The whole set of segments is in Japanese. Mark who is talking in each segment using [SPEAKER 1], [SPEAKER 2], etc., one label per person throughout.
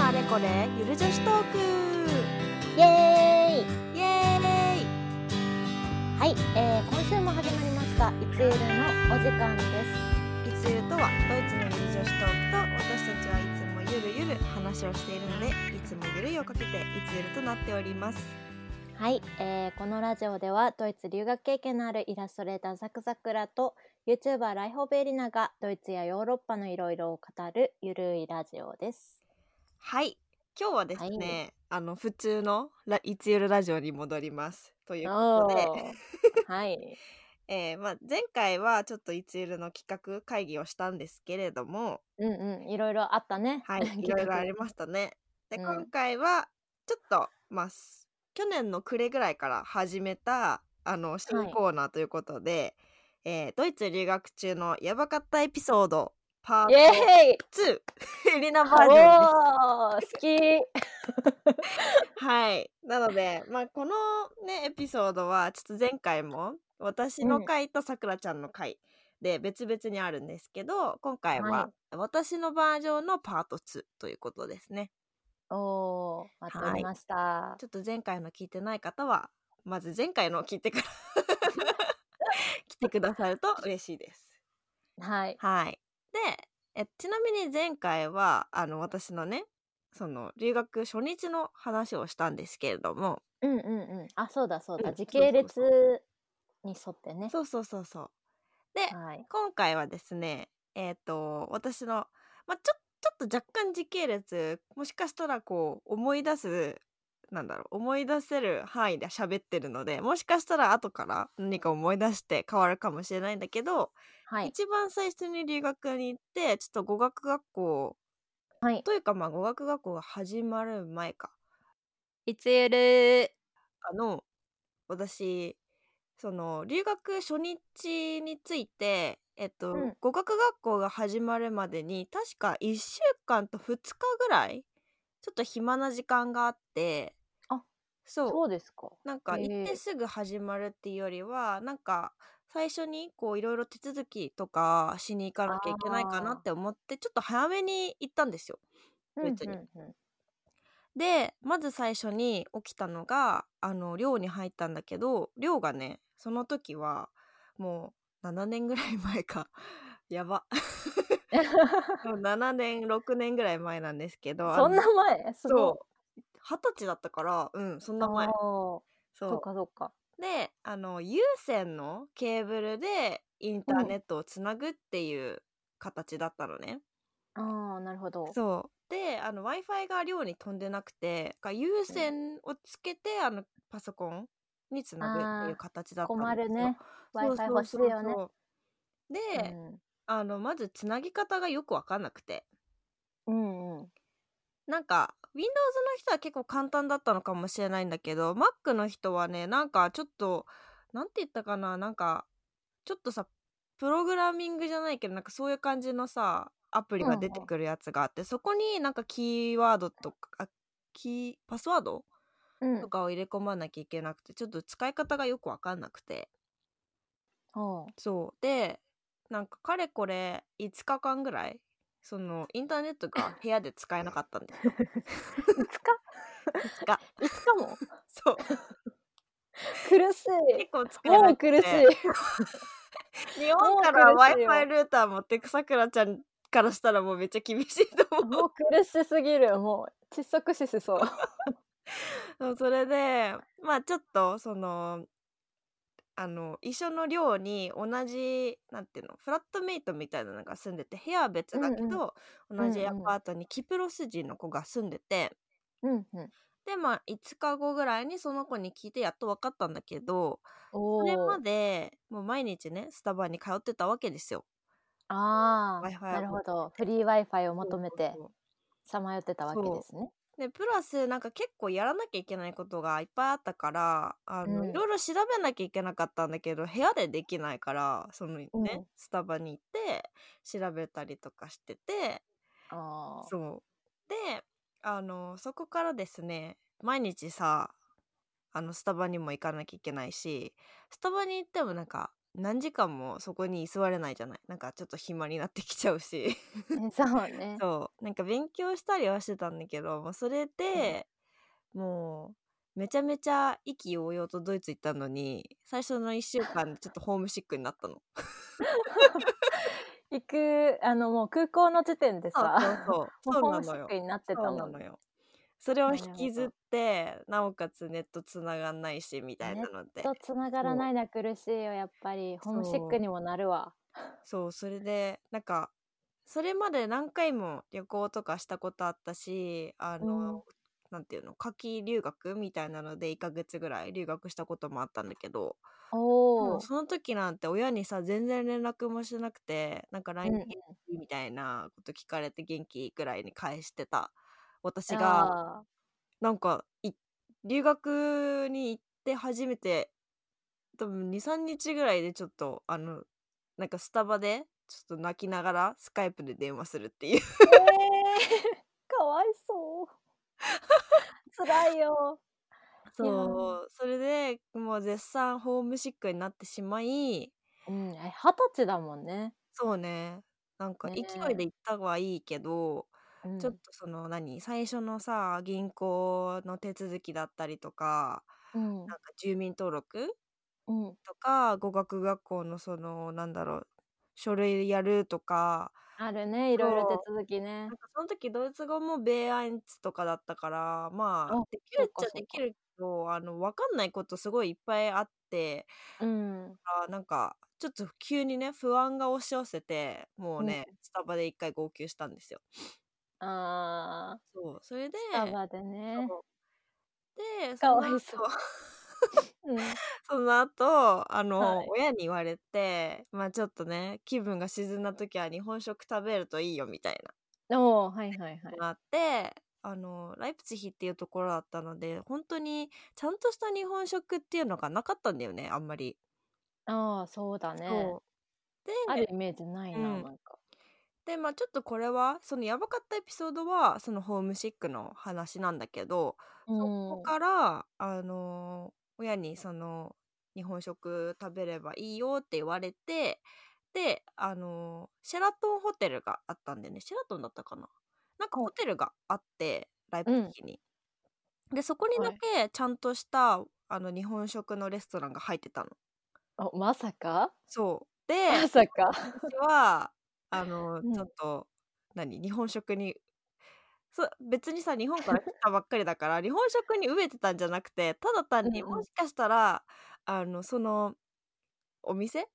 [SPEAKER 1] あれこれゆる女子トーク
[SPEAKER 2] イエーイ
[SPEAKER 1] イエーイ
[SPEAKER 2] はい、えー、今週も始まりました「いつゆる」のお時間です
[SPEAKER 1] いつゆるとはドイツのゆる女子トークと私たちはいつもゆるゆる話をしているのでいつもゆるいをかけていつゆるとなっております
[SPEAKER 2] はい、えー、このラジオではドイツ留学経験のあるイラストレーターザクザクラと YouTuber ライホベエリナがドイツやヨーロッパのいろいろを語るゆるいラジオです
[SPEAKER 1] はい今日はですね、あの普通のラいつゆるラジオに戻りますということで
[SPEAKER 2] おーはい
[SPEAKER 1] えーまあ、前回はちょっといつゆるの企画会議をしたんですけれども、
[SPEAKER 2] うんうんいろいろあったね
[SPEAKER 1] は
[SPEAKER 2] 結
[SPEAKER 1] い、い
[SPEAKER 2] 局
[SPEAKER 1] ろいろありましたね。で、
[SPEAKER 2] うん
[SPEAKER 1] 今回はちょっと、まあ、す去年の暮れぐらいから始めたあの新コーナーということで、えードイツ留学中のやばかったエピソードパー
[SPEAKER 2] イ
[SPEAKER 1] ト
[SPEAKER 2] エーイ
[SPEAKER 1] 2エリナ
[SPEAKER 2] お
[SPEAKER 1] バージョンです。
[SPEAKER 2] ー好き
[SPEAKER 1] はい。なので、まあ、このね、エピソードは、ちょっと前回も、私の
[SPEAKER 2] うん
[SPEAKER 1] 回とさくらちゃんの回で別々にあるんですけど、今回は
[SPEAKER 2] は、
[SPEAKER 1] 私のバージョンのパート2ということですね。
[SPEAKER 2] おー待っておりました、
[SPEAKER 1] ちょっと前回の聞いてない方は、まず前回のを聞いてから来てくださると嬉しいです。
[SPEAKER 2] はい
[SPEAKER 1] はい。で、えちなみに前回は、あの、私のね、その、留学初日の話をしたんですけれども、
[SPEAKER 2] うんうんうん。あ、そうだそうだ。
[SPEAKER 1] うん
[SPEAKER 2] 時系列
[SPEAKER 1] そうそ
[SPEAKER 2] に沿ってね。
[SPEAKER 1] そうそうそうそう。で、
[SPEAKER 2] はい。
[SPEAKER 1] 今回はですねえっ、と私の、まあ、ちょちょっと若干時系列もしかしたらこう思い出すなんだろう思い出せる範囲で喋ってるのでもしかしたら後から何か思い出して変わるかもしれないんだけど、
[SPEAKER 2] はい。
[SPEAKER 1] 一番最初に留学に行ってちょっと語学学校
[SPEAKER 2] はい。
[SPEAKER 1] というかまあ語学学校が始まる前か
[SPEAKER 2] いつゆる
[SPEAKER 1] あの私その留学初日について、えっと
[SPEAKER 2] うん
[SPEAKER 1] 語学学校が始まるまでに確か1週間と2日ぐらいちょっと暇な時間があって
[SPEAKER 2] あ
[SPEAKER 1] そう
[SPEAKER 2] そうですか。
[SPEAKER 1] なんか
[SPEAKER 2] へえ
[SPEAKER 1] 行ってすぐ始まるっていうよりは、なんか最初にこういろいろ手続きとかしに行かなきゃいけないかな
[SPEAKER 2] あー
[SPEAKER 1] って思ってちょっと早めに行ったんですよ。
[SPEAKER 2] うん
[SPEAKER 1] 別 に
[SPEAKER 2] うんうん
[SPEAKER 1] でまず最初に起きたのがあの寮に入ったんだけど寮がねその時はもう7年ぐらい前か やばもう7年6年ぐらい前なんですけど
[SPEAKER 2] そんな
[SPEAKER 1] あ
[SPEAKER 2] 前す
[SPEAKER 1] の
[SPEAKER 2] ご
[SPEAKER 1] そ
[SPEAKER 2] い。
[SPEAKER 1] う二十歳だったからうんそんな前
[SPEAKER 2] あーそ
[SPEAKER 1] そう
[SPEAKER 2] うかそうか。
[SPEAKER 1] であの有線のケーブルでインターネットをつなぐっていう形だったのね、
[SPEAKER 2] ああ、なるほど。
[SPEAKER 1] そうで w i f i が寮に飛んでなくてか有線をつけて、あのパソコンにつなぐっていう形だったんですよ
[SPEAKER 2] 困るね。
[SPEAKER 1] そう
[SPEAKER 2] Wi-Fi 欲しい
[SPEAKER 1] そうそう
[SPEAKER 2] よね。
[SPEAKER 1] そうで、
[SPEAKER 2] うん
[SPEAKER 1] あのまずつなぎ方がよく分かんなくて
[SPEAKER 2] うんうん。
[SPEAKER 1] なんか Windows の人は結構簡単だったのかもしれないんだけど Mac の人はねなんかちょっとなんて言ったかななんかちょっとさプログラミングじゃないけどなんかそういう感じのさアプリが出てくるやつがあって、そこになんかキーワードとかあキーパスワード
[SPEAKER 2] うん
[SPEAKER 1] と。かを入れ込まなきゃいけなくてちょっと使い方がよくわかんなくて
[SPEAKER 2] おう
[SPEAKER 1] そうでなんかかれこれ5日間ぐらいそのインターネットが部屋で使えなかったんですよ。
[SPEAKER 2] いつか
[SPEAKER 1] 5日
[SPEAKER 2] いつかも
[SPEAKER 1] そう
[SPEAKER 2] 苦し
[SPEAKER 1] 結構
[SPEAKER 2] い。
[SPEAKER 1] 使え
[SPEAKER 2] も
[SPEAKER 1] な
[SPEAKER 2] う
[SPEAKER 1] くて
[SPEAKER 2] 苦しい。
[SPEAKER 1] 日本から
[SPEAKER 2] もう苦しいよ
[SPEAKER 1] Wi-Fi ルーター持ってくさくらちゃんからしたらもうめっちゃ厳しいと思う
[SPEAKER 2] もう苦しすぎる。もう窒息死しそう。
[SPEAKER 1] そうそれでまあちょっとそのあの一緒の寮に同じなんていうのフラットメイトみたいなのが住んでて部屋は別だけど、
[SPEAKER 2] ん
[SPEAKER 1] 同じアパートにキプロス人の子が住んでて、
[SPEAKER 2] うんうん。
[SPEAKER 1] でまあ5日後ぐらいにその子に聞いてやっと分かったんだけどそ
[SPEAKER 2] おお。
[SPEAKER 1] れまでもう毎日ねスタバに通ってたわけですよ。
[SPEAKER 2] ああ、
[SPEAKER 1] Wi-Fi を
[SPEAKER 2] なるほど。フリー Wi-Fi を求めて
[SPEAKER 1] そうそうそう
[SPEAKER 2] さまよってたわけですね。
[SPEAKER 1] でプラスなんか結構やらなきゃいけないことがいっぱいあったからあの、
[SPEAKER 2] うん
[SPEAKER 1] いろいろ調べなきゃいけなかったんだけど部屋でできないからそのね、
[SPEAKER 2] うん
[SPEAKER 1] スタバに行って調べたりとかしてて
[SPEAKER 2] ああ。
[SPEAKER 1] そうであのそこからですね毎日さあのスタバにも行かなきゃいけないしスタバに行ってもなんか何時間もそこに居座れないじゃないなんかちょっと暇になってきちゃうし
[SPEAKER 2] そうね。
[SPEAKER 1] そうなんか勉強したりはしてたんだけどもうそれで、もうめちゃめちゃ意気揚々とドイツ行ったのに最初の1週 間でちょっとホームシックになったの。
[SPEAKER 2] 行く、あの、もう空港の時点で
[SPEAKER 1] そうそう
[SPEAKER 2] さ、
[SPEAKER 1] そう
[SPEAKER 2] もう
[SPEAKER 1] そう
[SPEAKER 2] ホ
[SPEAKER 1] な
[SPEAKER 2] ームシ
[SPEAKER 1] のよ
[SPEAKER 2] ックになってた
[SPEAKER 1] そう
[SPEAKER 2] も
[SPEAKER 1] なん
[SPEAKER 2] ね
[SPEAKER 1] のよ。それを
[SPEAKER 2] なるほど
[SPEAKER 1] 引きずってなおかつネットつながんないしみたいなので
[SPEAKER 2] ちょっと繋がらないのは苦しいよ、やっぱり。ホームシックにもなるわ。
[SPEAKER 1] そうそれでなんかそれまで何回も旅行とかしたことあったしあの、
[SPEAKER 2] うん
[SPEAKER 1] なんていうの夏季留学みたいなので1ヶ月ぐらい留学したこともあったんだけど、
[SPEAKER 2] お
[SPEAKER 1] も
[SPEAKER 2] お
[SPEAKER 1] う。その時なんて親にさ全然連絡もしてなくてなんか LINE
[SPEAKER 2] うんうん
[SPEAKER 1] 元気みたいなこと聞かれて元気くらいに返してた私が
[SPEAKER 2] あ
[SPEAKER 1] なんかい留学に行って初めて多分23日ぐらいでちょっとあのなんかスタバでちょっと泣きながらスカイプで電話するっていう
[SPEAKER 2] ー。 えー、かわいそう。 辛いよ。
[SPEAKER 1] そうそれでもう絶賛ホームシックになってしまい
[SPEAKER 2] うん、え二十歳だもんね。
[SPEAKER 1] そうねなんか勢
[SPEAKER 2] ねえ
[SPEAKER 1] いで行ったはいいけど、
[SPEAKER 2] うん
[SPEAKER 1] ちょっとその何最初のさ銀行の手続きだったりとか
[SPEAKER 2] うん
[SPEAKER 1] なんか住民登録
[SPEAKER 2] うん、
[SPEAKER 1] とか語学学校のそのなんだろう書類やるとか
[SPEAKER 2] あるねいろいろ手続きね
[SPEAKER 1] なん。かその時ドイツ語もベーアインツとかだったからまあ
[SPEAKER 2] あ
[SPEAKER 1] できるっ
[SPEAKER 2] そっか
[SPEAKER 1] ちゃ
[SPEAKER 2] そっか
[SPEAKER 1] できるけどあの分かんないことすごいいっぱいあって
[SPEAKER 2] うん、
[SPEAKER 1] あなんかちょっと急にね不安が押し寄せてもうね、スタバで一回号泣したんですよ。
[SPEAKER 2] あ
[SPEAKER 1] そうそれで
[SPEAKER 2] ースタバでね。
[SPEAKER 1] そうで
[SPEAKER 2] か
[SPEAKER 1] そ
[SPEAKER 2] わ
[SPEAKER 1] の
[SPEAKER 2] い
[SPEAKER 1] 後
[SPEAKER 2] そううん
[SPEAKER 1] その後あの、
[SPEAKER 2] はい
[SPEAKER 1] 親に言われてまあちょっとね気分が沈んだ時は日本食食べるといいよみたいな
[SPEAKER 2] おーはいはいはい
[SPEAKER 1] の。があってあのライプツィヒっていうところだったので本当にちゃんとした日本食っていうのがなかったんだよねあんまり。
[SPEAKER 2] ああそうだね。
[SPEAKER 1] そうで
[SPEAKER 2] あるイメージないな、
[SPEAKER 1] うん
[SPEAKER 2] なんか。
[SPEAKER 1] でまあちょっとこれはそのやばかったエピソードはそのホームシックの話なんだけど、
[SPEAKER 2] う
[SPEAKER 1] そ
[SPEAKER 2] ん
[SPEAKER 1] こからあの親にその日本食食べればいいよって言われてであのシェラトンホテルがあったんでねシェラトンだったかななんか
[SPEAKER 2] ほう
[SPEAKER 1] ホテルがあってライブの時に、でそこにだ
[SPEAKER 2] はい
[SPEAKER 1] けちゃんとした、あの日本食のレストランが入ってたの
[SPEAKER 2] おまさか
[SPEAKER 1] そうで
[SPEAKER 2] まさか。
[SPEAKER 1] 私はあの、
[SPEAKER 2] うん
[SPEAKER 1] ちょっと何日本食にそう別にさ日本から来たばっかりだから日本食に飢えてたんじゃなくてただ単に
[SPEAKER 2] うんうん
[SPEAKER 1] もしかしたら、あのそのお店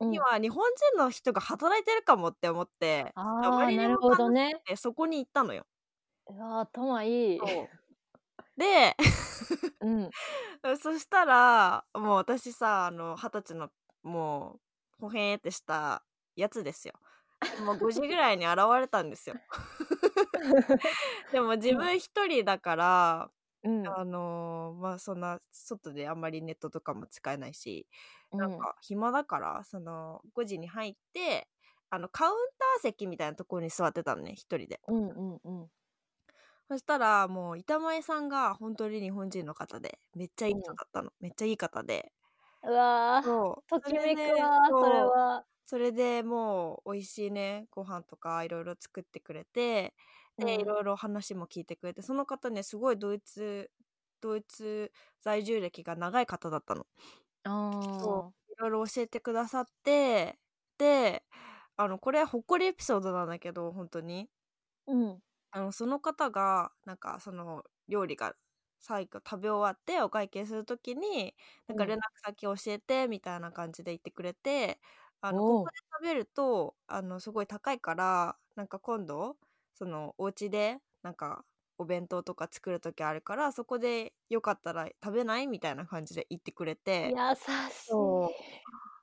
[SPEAKER 2] うん
[SPEAKER 1] には日本人の人が働いてるかもって思って、
[SPEAKER 2] あ
[SPEAKER 1] あま
[SPEAKER 2] あ
[SPEAKER 1] りに
[SPEAKER 2] なる
[SPEAKER 1] も
[SPEAKER 2] ほどね。
[SPEAKER 1] でそこに行ったのよ。
[SPEAKER 2] うわー頭いい。
[SPEAKER 1] で
[SPEAKER 2] うん
[SPEAKER 1] そしたらもう私さあの二十歳のもうほへーってしたやつですよ。もう5時ぐらいに現れたんです よ。でも自分一人だから、
[SPEAKER 2] うん
[SPEAKER 1] あのーまあそんな外であんまりネットとかも使えないし、
[SPEAKER 2] う
[SPEAKER 1] なん
[SPEAKER 2] ん
[SPEAKER 1] か暇だからその5時に入ってあのカウンター席みたいなところに座ってたのね一人で
[SPEAKER 2] うんうんうん。
[SPEAKER 1] そしたらもう板前さんが本当に日本人の方でめっちゃいい人だったの、めっちゃいい方で
[SPEAKER 2] うわー
[SPEAKER 1] そう
[SPEAKER 2] ときめく
[SPEAKER 1] で
[SPEAKER 2] わー
[SPEAKER 1] そう
[SPEAKER 2] それは。
[SPEAKER 1] それでもう美味しいねご飯とかいろいろ作ってくれてで、
[SPEAKER 2] うん
[SPEAKER 1] いろいろ話も聞いてくれてその方ねすごいドイツドイツ在住歴が長い方だったの。
[SPEAKER 2] あ
[SPEAKER 1] そいろいろ教えてくださってであのこれほっこりエピソードなんだけど本当に
[SPEAKER 2] ーうん
[SPEAKER 1] あのその方がなんかその料理が最後食べ終わってお会計するときになんか
[SPEAKER 2] うん
[SPEAKER 1] 連絡先教えてみたいな感じで言ってくれて、あの
[SPEAKER 2] お
[SPEAKER 1] こ
[SPEAKER 2] う
[SPEAKER 1] こで食べるとあのすごい高いからなんか今度そのお家でなんかお弁当とか作るときあるからそこでよかったら食べないみたいな感じで言ってくれて
[SPEAKER 2] 優しい。
[SPEAKER 1] そう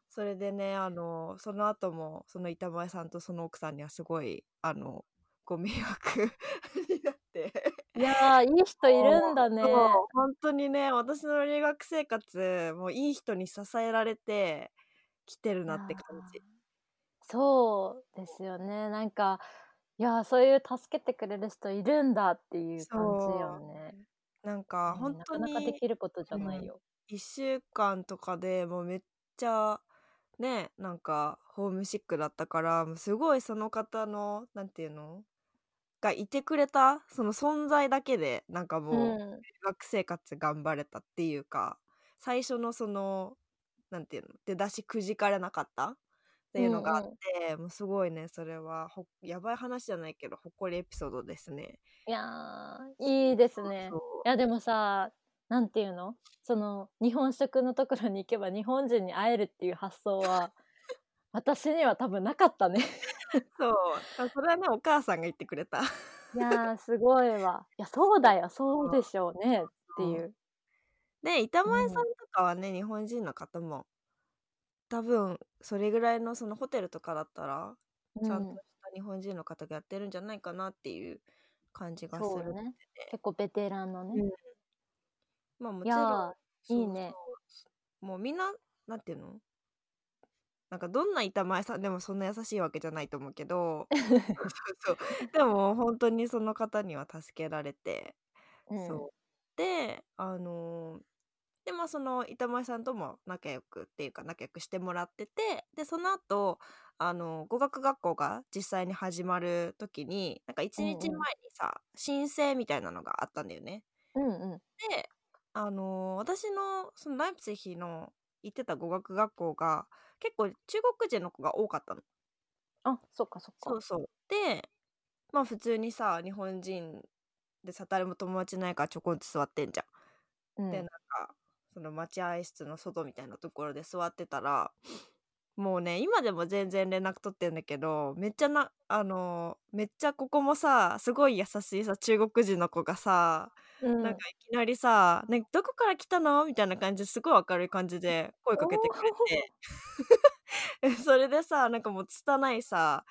[SPEAKER 1] それでねあのその後もその板前さんとその奥さんにはすごいあのご迷惑 になって
[SPEAKER 2] いやーいい人いるんだね。
[SPEAKER 1] そう本当にね私の留学生活もういい人に支えられて来てるなって感じ
[SPEAKER 2] あー。そうですよね。なんかいやーそういう助けてくれる人いるんだっていう感じよね。
[SPEAKER 1] なん
[SPEAKER 2] う
[SPEAKER 1] か
[SPEAKER 2] ん
[SPEAKER 1] 本当
[SPEAKER 2] なかなかで
[SPEAKER 1] に
[SPEAKER 2] きることじゃないよ。
[SPEAKER 1] 1週間とかでもうめっちゃねなんかホームシックだったからもうすごいその方のなんていうのがいてくれたその存在だけでなんかもう、
[SPEAKER 2] うん
[SPEAKER 1] 学生活頑張れたっていうか最初のそのなんていうの出だしくじかれなかったっていうのがあって、もうすごいねそれはほやばい話じゃないけど誇りエピソードですね。
[SPEAKER 2] いやーいいですね
[SPEAKER 1] そう
[SPEAKER 2] いやでもさなんていうのその日本食のところに行けば日本人に会えるっていう発想 は私には多分なかったね
[SPEAKER 1] そうあそれはねお母さんが言ってくれた。
[SPEAKER 2] いやーすごいわいやそうだよそうでしょうねっていう
[SPEAKER 1] で板前さんとかはね、日本人の方も多分それぐらいのそのホテルとかだったらちゃんとした日本人の方がやってるんじゃないかなっていう感じ
[SPEAKER 2] う
[SPEAKER 1] が
[SPEAKER 2] ん
[SPEAKER 1] す
[SPEAKER 2] そう
[SPEAKER 1] る。
[SPEAKER 2] ね結構ベテランのね、
[SPEAKER 1] うんまあも
[SPEAKER 2] い
[SPEAKER 1] ち
[SPEAKER 2] や
[SPEAKER 1] ろん
[SPEAKER 2] ーいいね
[SPEAKER 1] そうもうみんななんていうのなんかどんな板前さんでもそんな優しいわけじゃないと思うけどそうそうでも本当にその方には助けられて、
[SPEAKER 2] うん
[SPEAKER 1] そうであのーでまあその板前さんとも仲良くっていうか仲良くしてもらっててでその後あのー語学学校が実際に始まる時になんか1日前にさ、申請みたいなのがあったんだよね。
[SPEAKER 2] うんうん
[SPEAKER 1] で、あのー私のそのライプツィヒの行ってた語学学校が結構中国人の子が多かったの。
[SPEAKER 2] あそっかそっか
[SPEAKER 1] そうそう。でまあ普通にさ日本人でさ誰も友達ないからちょこんと座ってんじゃん。
[SPEAKER 2] うん
[SPEAKER 1] でなんかその待合室の外みたいなところで座ってたらもうね今でも全然連絡取ってんだけどめっちゃなあのーめっちゃここもさすごい優しいさ中国人の子がさ
[SPEAKER 2] うん
[SPEAKER 1] なんかいきなりさ「ね、どこから来たの?」みたいな感じですごい明るい感じで声かけてくれてそれでさなんかもう拙いさ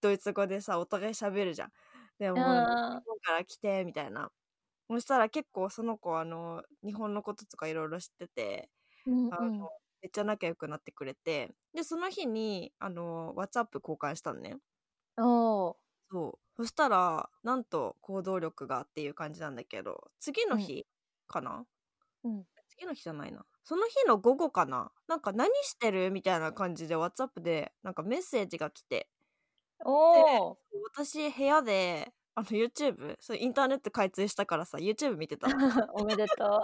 [SPEAKER 1] ドイツ語でさお互い喋るじゃん。でもう日
[SPEAKER 2] あ
[SPEAKER 1] 本から来てみたいな。そしたら結構その子あの日本のこととかいろいろ知ってて
[SPEAKER 2] ーうん
[SPEAKER 1] あ
[SPEAKER 2] う
[SPEAKER 1] の、
[SPEAKER 2] ん
[SPEAKER 1] めっちゃ仲良くなってくれてでその日にあの WhatsApp 交換したのね。
[SPEAKER 2] おー
[SPEAKER 1] そうそしたらなんと行動力がっていう感じなんだけど次の日かな、
[SPEAKER 2] うん
[SPEAKER 1] 次の日じゃないなその日の午後かななんか何してるみたいな感じで WhatsApp でなんかメッセージが来て
[SPEAKER 2] おー
[SPEAKER 1] 私部屋であの YouTube そうインターネット開通したからさ YouTube 見てた の
[SPEAKER 2] おめでと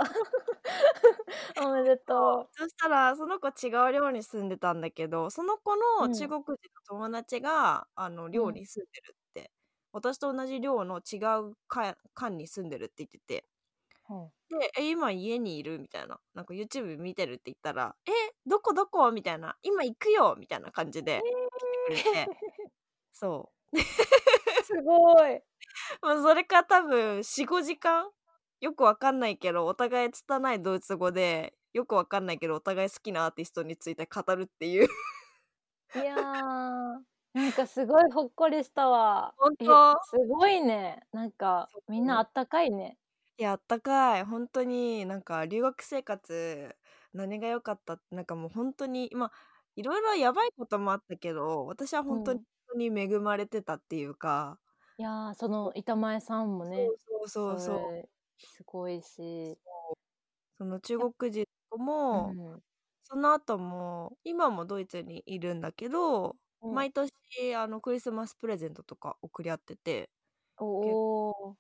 [SPEAKER 2] う おめでと
[SPEAKER 1] そしたらその子違う寮に住んでたんだけどその子
[SPEAKER 2] うん
[SPEAKER 1] の中国人の友達が、あの寮に住んでるって、私と同じ寮の違うか館に住んでるって言ってて
[SPEAKER 2] う、
[SPEAKER 1] で「え今家にいる?」みたいな「なんか YouTube 見てる」って言ったら「えどこどこ?」みたいな「今行くよ」みたいな感じで来てくれて そ
[SPEAKER 2] すごいう
[SPEAKER 1] もう それから多分45時間よくわかんないけどお互い拙いドイツ語でよくわかんないけどお互い好きなアーティストについて語るっていう
[SPEAKER 2] いやーなんかすごいほっこりしたわ
[SPEAKER 1] 本
[SPEAKER 2] え
[SPEAKER 1] 当
[SPEAKER 2] すごいねなんか
[SPEAKER 1] そう
[SPEAKER 2] みんなあったかいね
[SPEAKER 1] いやあったかい本当になんか留学生活何が良かったってなんかもう本当にまあいろいろやばいこともあったけど私は本当に,、に恵まれてたっていうか
[SPEAKER 2] いやーその板前さんもね
[SPEAKER 1] そうそうそうそう。
[SPEAKER 2] れすごいし、
[SPEAKER 1] その中国人
[SPEAKER 2] う
[SPEAKER 1] も、
[SPEAKER 2] ん
[SPEAKER 1] その後も今もドイツにいるんだけど、
[SPEAKER 2] うん
[SPEAKER 1] 毎年あのクリスマスプレゼントとか送り合ってて
[SPEAKER 2] おお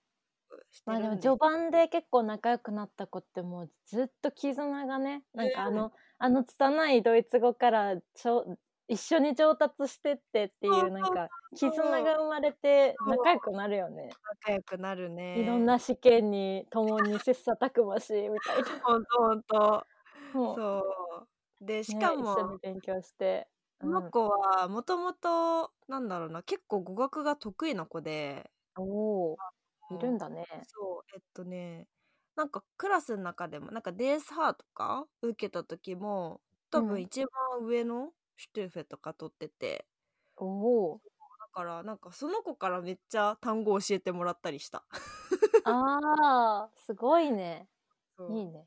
[SPEAKER 1] して
[SPEAKER 2] まあで
[SPEAKER 1] る
[SPEAKER 2] も
[SPEAKER 1] んです
[SPEAKER 2] 序盤で結構仲良くなった子ってもうずっと絆がねなんかあの、あの拙いドイツ語からちょ一緒に上達してってってい
[SPEAKER 1] そうそうう
[SPEAKER 2] なんか
[SPEAKER 1] そう
[SPEAKER 2] 絆が生まれて
[SPEAKER 1] そう
[SPEAKER 2] 仲良くなるよね
[SPEAKER 1] 仲良くなるね
[SPEAKER 2] いろんな試験に共に切磋琢磨しみたいな
[SPEAKER 1] ほんとほんと
[SPEAKER 2] もう
[SPEAKER 1] そうでし
[SPEAKER 2] ね
[SPEAKER 1] かも、
[SPEAKER 2] 一緒に勉強して、
[SPEAKER 1] この子はもともとなんだろうな結構語学が得意な子で
[SPEAKER 2] うん、おおいるんだね
[SPEAKER 1] そうえっとねなんかクラスの中でもなんかデースハーとか受けた時も多
[SPEAKER 2] うん
[SPEAKER 1] 分一番上のシュトゥーフェとか取ってて、
[SPEAKER 2] おお
[SPEAKER 1] だからなんかその子からめっちゃ単語教えてもらったりした。
[SPEAKER 2] あーすごいね
[SPEAKER 1] そう
[SPEAKER 2] いいね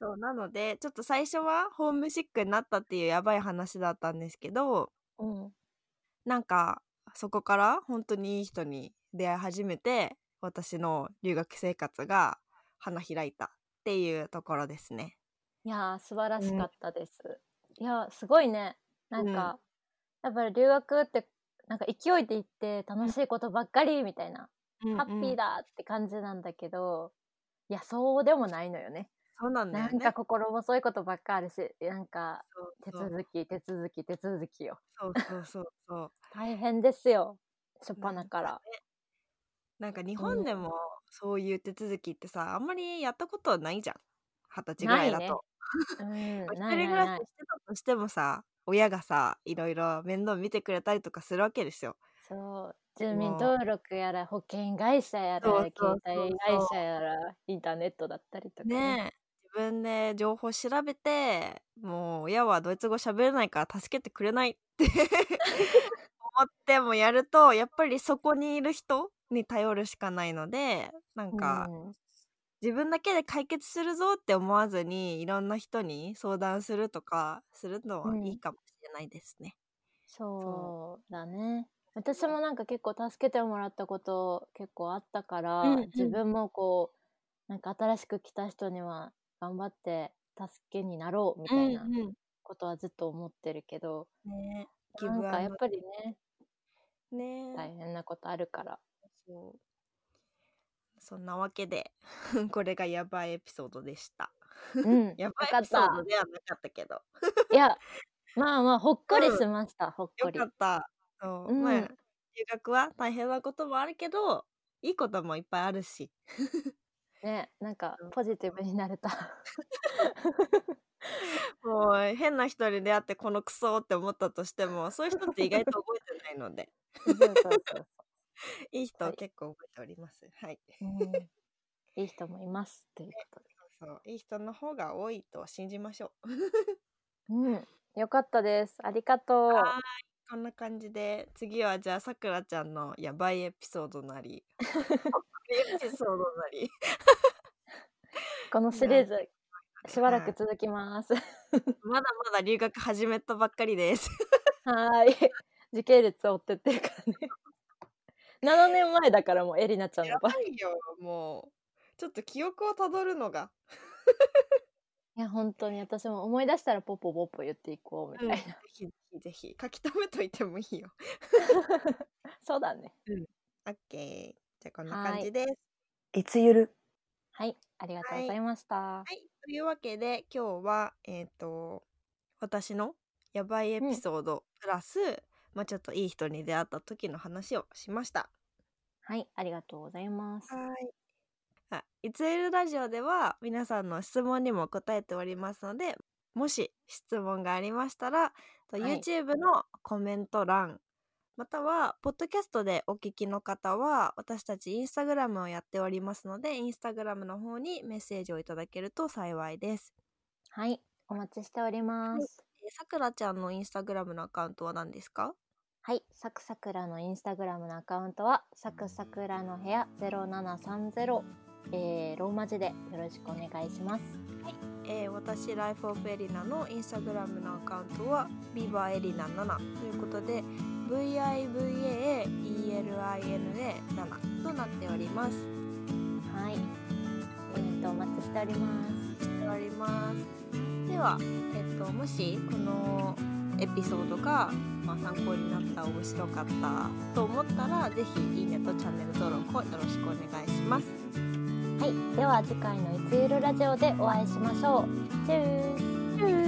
[SPEAKER 1] そうなのでちょっと最初はホームシックになったっていうやばい話だったんですけど
[SPEAKER 2] うん
[SPEAKER 1] なんかそこから本当にいい人に出会い始めて私の留学生活が花開いたっていうところですね。
[SPEAKER 2] いやー素晴らしかったです。いやーすごいね。なんか、やっぱり留学ってなんか勢いで行って楽しいことばっかりみたいな、ハッピー
[SPEAKER 1] だ。
[SPEAKER 2] だって感じなんだけどいやそうでもないのよね
[SPEAKER 1] そうなんだよ
[SPEAKER 2] な
[SPEAKER 1] ね。
[SPEAKER 2] んか心細いことばっかあるしなんか
[SPEAKER 1] そう
[SPEAKER 2] 手
[SPEAKER 1] そう
[SPEAKER 2] 続き手続き手続きよ
[SPEAKER 1] そうそうそうそう。
[SPEAKER 2] 大変ですよ初っ端から
[SPEAKER 1] なんか日本でもそういう手続きってさ、あんまりやったことないじゃん。二十歳ぐらいだ
[SPEAKER 2] ないね
[SPEAKER 1] と。
[SPEAKER 2] うん
[SPEAKER 1] まあ一人
[SPEAKER 2] ないな
[SPEAKER 1] 暮
[SPEAKER 2] い
[SPEAKER 1] ら
[SPEAKER 2] な
[SPEAKER 1] しし
[SPEAKER 2] い
[SPEAKER 1] てたとしてもさ、親がさ、いろいろ面倒見てくれたりとかするわけですよ。
[SPEAKER 2] そう住民登録やら保険会社やら
[SPEAKER 1] そうそうそうそう
[SPEAKER 2] 携帯会社やらインターネットだったりとかね
[SPEAKER 1] ねえ。自分で情報調べて、もう親はドイツ語喋れないから助けてくれないって 思ってもやると、やっぱりそこにいる人に頼るしかないので、なんか、
[SPEAKER 2] うん
[SPEAKER 1] 自分だけで解決するぞって思わずにいろんな人に相談するとかするのは
[SPEAKER 2] うん
[SPEAKER 1] いいかもしれないですね。
[SPEAKER 2] そうだね私もなんか結構助けてもらったこと結構あったから、
[SPEAKER 1] うんうん
[SPEAKER 2] 自分もこうなんか新しく来た人には頑張って助けになろうみたいなことはずっと思ってるけど、
[SPEAKER 1] ねギ
[SPEAKER 2] なん
[SPEAKER 1] ブ
[SPEAKER 2] か
[SPEAKER 1] ア
[SPEAKER 2] や
[SPEAKER 1] ン
[SPEAKER 2] っ
[SPEAKER 1] ド
[SPEAKER 2] ぱりね
[SPEAKER 1] ね、
[SPEAKER 2] 大変なことあるから
[SPEAKER 1] そうそんなわけで これがやばいエピソードでした。
[SPEAKER 2] うん
[SPEAKER 1] やばい
[SPEAKER 2] よかっ
[SPEAKER 1] エ
[SPEAKER 2] た
[SPEAKER 1] ピソードではなかったけど
[SPEAKER 2] いやまあまあほっこり
[SPEAKER 1] うん
[SPEAKER 2] しました、ほっこ
[SPEAKER 1] よ
[SPEAKER 2] り
[SPEAKER 1] かった。そう
[SPEAKER 2] うん
[SPEAKER 1] まあ留学は大変なこともあるけどいいこともいっぱいあるし
[SPEAKER 2] ねなんか
[SPEAKER 1] うん
[SPEAKER 2] ポジティブになれた
[SPEAKER 1] もう変な人に出会ってこのクソって思ったとしてもそういう人って意外と覚えてない ので。
[SPEAKER 2] そうそうそう
[SPEAKER 1] いい人
[SPEAKER 2] は
[SPEAKER 1] はい結構覚えております。はい。
[SPEAKER 2] そう、うん、いい人もいますということで
[SPEAKER 1] そうそういい人の方が多いと信じましょう。
[SPEAKER 2] うん、よかったです。ありがとう。
[SPEAKER 1] はこんな感じで次はじゃあさくらちゃんのやばいエピソードな りほっこりエピソードなり
[SPEAKER 2] このシリーズ、しばら
[SPEAKER 1] は
[SPEAKER 2] く
[SPEAKER 1] い
[SPEAKER 2] 続きます。
[SPEAKER 1] まだまだ留学始めたばっかりです。
[SPEAKER 2] はーい。時系列追ってってるからね。7年前だからも うエリナちゃん
[SPEAKER 1] や
[SPEAKER 2] の
[SPEAKER 1] ば
[SPEAKER 2] 場合。
[SPEAKER 1] いよもうちょっと記憶をたどるのが。
[SPEAKER 2] いや、本当に私も思い出したらポッポポッポ言っていこうみた い
[SPEAKER 1] ぜひぜひぜひ書き留めといてもいいよ。
[SPEAKER 2] な。そうだね。
[SPEAKER 1] オッケー。じゃあこんな感じです。
[SPEAKER 3] いつゆる
[SPEAKER 2] はい。ありがとうございました。
[SPEAKER 1] はい、というわけで今日はえっ、と私のやばいエピソードプラス、まあちょっといい人に出会った時の話をしました。
[SPEAKER 2] はい。ありがとうございます。
[SPEAKER 1] い。あ、いつえるラジオでは皆さんの質問にも答えておりますので、もし質問がありましたら、と
[SPEAKER 2] はい
[SPEAKER 1] YouTube のコメント欄、または、ポッドキャストでお聞きの方は、私たちインスタグラムをやっておりますので、インスタグラムの方にメッセージをいただけると幸いです。
[SPEAKER 2] はい。お待ちしております。
[SPEAKER 1] えさくらちゃんのインスタグラムのアカウントは何ですか
[SPEAKER 2] はい、サクサクラのインスタグラムのアカウントはサクサクラの部屋0730、えー、ローマ字でよろしくお願いします。
[SPEAKER 1] えー私ライフオブエリナのインスタグラムのアカウントはビバエリナ7ということで VIVAELINA7 となっております。
[SPEAKER 2] はい、コメントお待ちしております。
[SPEAKER 1] しております。では、えっと、もしこのエピソードが、まあ、参考になった面白かったと思ったらぜひいいねとチャンネル登録をよろしくお願いします。
[SPEAKER 2] はい、では次回のいつゆるラジオでお会いしましょう。チュー。